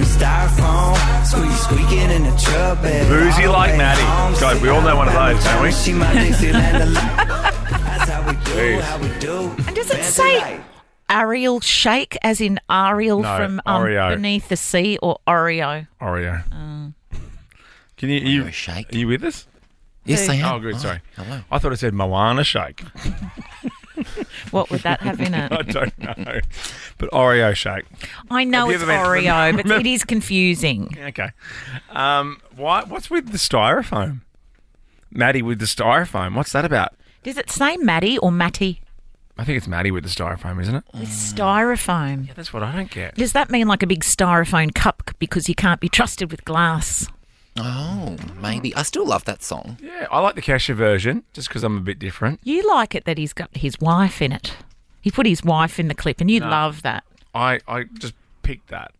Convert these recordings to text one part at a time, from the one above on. styrofoam. Squeak, squeaking in the truck bed. Boozy like Maddie. God, we all know one of those, don't we? She my Dixieland delight. That's how we do, Jeez. how we do. And does it Fancy say life. Ariel Shake, as in Ariel No, from um, Oreo. Beneath the Sea or Oreo? Oreo. Can you? Are you, Oh. Oreo shake. Are you with us? Yes, I am. Oh, good. Hi. Sorry. Hello. I thought I said Moana shake. What would that have in I it? don't know. But Oreo shake. I know Have you it's ever been- Oreo, but it is confusing. Okay. Um, why? What's with the styrofoam? Maddie with the styrofoam. What's that about? Does it say Maddie or Matty? I think it's Maddie with the styrofoam, isn't it? It's styrofoam. Yeah, that's what I don't get. Does that mean like a big styrofoam cup because you can't be trusted with glass? Oh, maybe. I still love that song. Yeah, I like the cashier version just because I'm a bit different. You like it that he's got his wife in it. He put his wife in the clip, and you love that. I, I just picked that.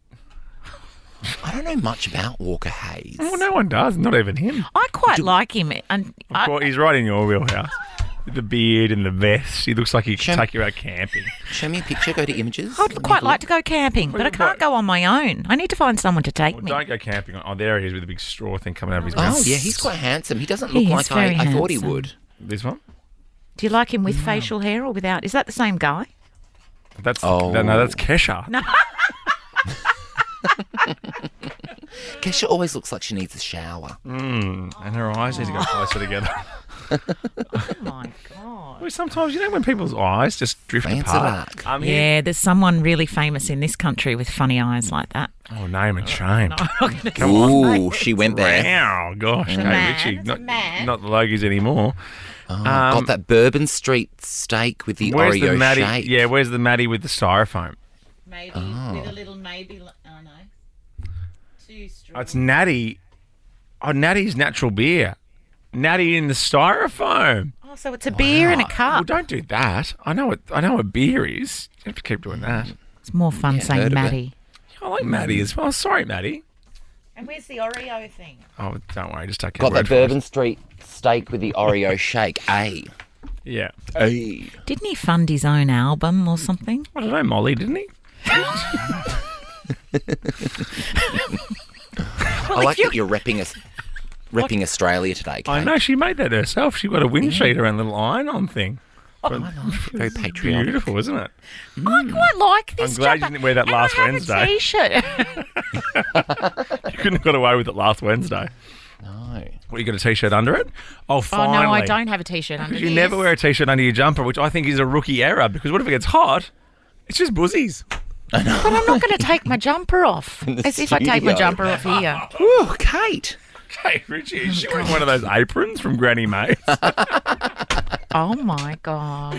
I don't know much about Walker Hayes. Well, no one does. Not even him. I quite like him, and I, well, he's right in your wheelhouse. With the beard and the vest. He looks like he could Shem- take you out camping. Show me a picture. Go to images. I'd quite like to go camping, but I can't go on my own. I need to find someone to take Well, me. don't go camping. Oh, there he is with a big straw thing coming out of his mouth. Oh, yeah, he's quite handsome. He doesn't He look is like I, very I thought he handsome. would. This one? Do you like him with facial hair or without? Is that the same guy? That's Oh. no, no, that's Kesha. Kesha always looks like she needs a shower. Mm, And her eyes need to go closer together. Oh my god! Well, sometimes you know when people's eyes just drift Fancy apart. luck. I'm here. Yeah, there's someone really famous in this country with funny eyes like that. Oh, name and shame. Ooh, she went there. Wow, gosh, man, Kate Ritchie, it's not, a man. not the Logies anymore. Um, Oh, got that Bourbon Street steak with the Where's Oreo the Maddie? shake. Yeah, where's the Maddie with the styrofoam? Maybe with a little maybe. I know. Too Oh, strong. it's Natty. Oh, Natty's natural beer. Natty in the styrofoam. Oh, so it's a beer in a Well, Ah. cup. don't do that. I know what I know what beer is. You have to keep doing that. It's more fun heard saying of it. Maddie. I like Maddie as well. Sorry, Maddie. And where's the Oreo thing? Oh, don't worry. Just take our Got word that for it. Bourbon Street steak with the Oreo shake. A. Yeah. A. Didn't he fund his own album or something? I don't know, Molly, didn't he? I like that you're repping us. Repping Australia today, Kate. I know she made that herself. She got a windshield around the little iron-on thing. Oh, Very patriotic. Beautiful, isn't it? Oh, I quite like this. I'm glad you jumper. didn't wear that And last I have Wednesday. A t-shirt. You couldn't have got away with it last Wednesday. No. What, you got a t-shirt under it? Oh, oh finally. no, I don't have a t-shirt under. You never wear a t-shirt under your jumper, which I think is a rookie error. Because what if it gets hot? It's just buzzies. But I'm not going to take my jumper off. the As if I take my studio. jumper off here. Ooh, Kate. Hey, Richie, is she wearing one of those aprons from Granny May's? Oh my god!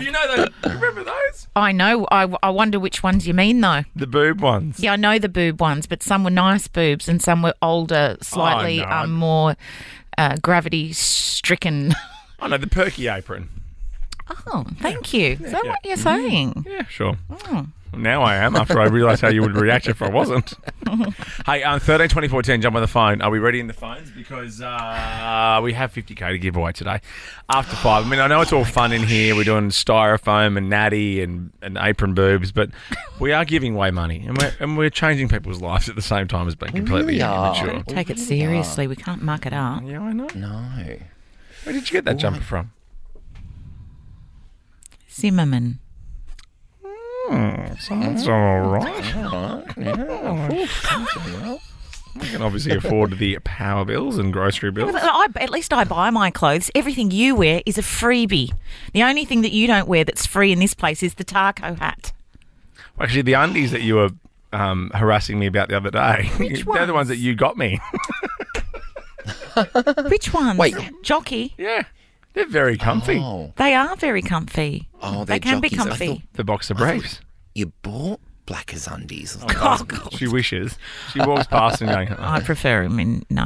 you know those? You remember those? I know. I, I wonder which ones you mean though. The boob ones. Yeah, I know the boob ones, but some were nice boobs and some were older, slightly no. um, more uh, gravity stricken. I know the perky apron. Oh, thank you. Is that what you're saying? Yeah, sure. Now I am after I realised how you would react if I wasn't. hey, um, 13, 24, 10, jump on the phone. Are we ready in the phones? Because uh, we have 50k to give away today after five. I mean, I know it's all fun in here. We're doing styrofoam and natty and, and apron boobs, but we are giving away money and we're, and we're changing people's lives at the same time as being completely really are. immature. Take it seriously. We can't muck it up. Yeah, I know. No. Where did you get that jumper from? Zimmerman. Sounds all right. We can obviously afford the power bills and grocery bills. Well, I, at least I buy my clothes. Everything you wear is a freebie. The only thing that you don't wear that's free in this place is the taco hat. Actually, the undies that you were um, harassing me about the other day, they're ones? the ones that you got me. Which ones? Wait. Jockey. yeah. They're very comfy. Oh. They are very comfy. Oh, They they're can be jockeys. I comfy. thought The box of briefs. You bought Blackers undies. Oh, God. She wishes. She walks past and going, I oh, prefer them in no.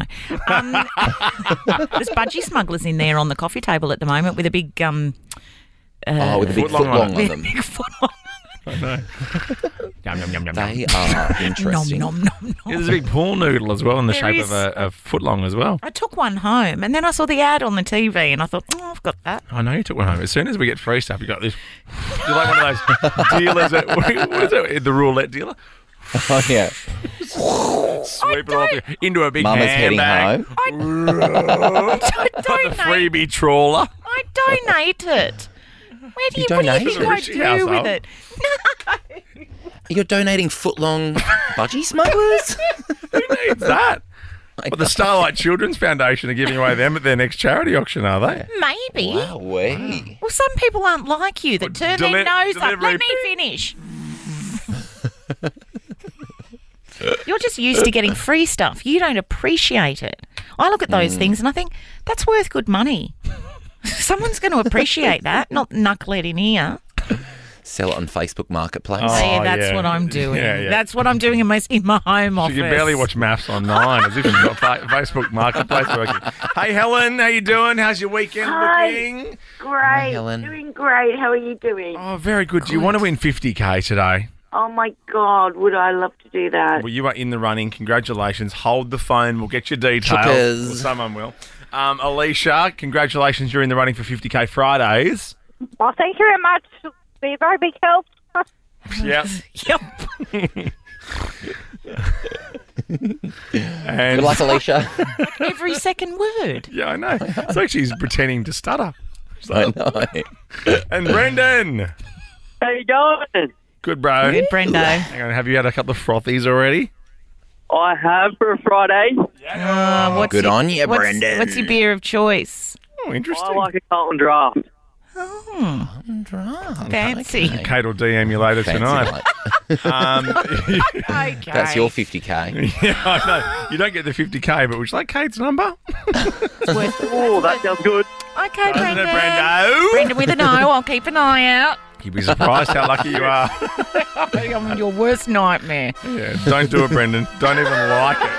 Um, there's budgie smugglers in there on the coffee table at the moment with a big um oh, with a big Footlong footlong on on, it. them. big foot on. yum, yum, yum, yum, yum. They are Nom interesting. nom nom Yeah, nom. There's a big pool noodle as well in the There shape is. of a, a footlong as well. I took one home and then I saw the ad on the TV and I thought, oh, I've got that. I know you took one home. As soon as we get free stuff, you got this. You're like one of those dealers at what is it, the roulette dealer. Oh, yeah. Sweep it off don't- you- into a big Mama's heading handbag. home. I The donate. freebie trawler. I donate it. Where do you, what do you donate it? think I Richie house do with up. it? You're donating footlong budgie smugglers? Who needs that? But the Starlight Children's Foundation are giving away them at their next charity auction, are they? Maybe. wow, we. Well, some people aren't like you that turn deli- their nose up. delivery- Let me finish. You're just used to getting free stuff. You don't appreciate it. I look at those Mm. things and I think that's worth good money. Someone's going to appreciate that, not knucklehead in here. Sell it on Facebook Marketplace. Oh, See, that's yeah. what I'm doing. Yeah, yeah. That's what I'm doing in my in my home You office. can barely watch maths on nine as if you've got fa- Facebook Marketplace working. Hey, Helen, how you doing? How's your weekend Hi. looking? Great. Helen. Doing great. How are you doing? Oh, very good. Do you want to win 50k today? Oh my God, would I love to do that? Well, you are in the running. Congratulations. Hold the phone. We'll get your details. Chuckers. Well, someone will. Um, Alicia, congratulations. You're in the running for 50k Fridays. Well, thank you very much. Be a very big help. Yep. Yep. And Good luck, Alicia. Every second word. yeah, I know. It's like she's pretending to stutter. I know. And Brendan, How you going? good bro. Good, Brendo. Hang on, have you had a couple of frothies already? I have for a Friday. Uh, what's Good your, on you, what's, Brendan. What's your beer of choice? Oh, interesting. I like a Carlton draft. Oh, Drunk. fancy. Okay. Kate will DM you later Fancy tonight. night. Um, Okay. That's your 50k. yeah, I know. You don't get the 50k, but would you like Kate's number? Oh, that sounds good. Okay, Doesn't it, Brendan. Brendo? Brendan with an O. I'll keep an eye out. You'd be surprised how lucky you are. I'm your worst nightmare. yeah, don't do it, Brendan. Don't even like it.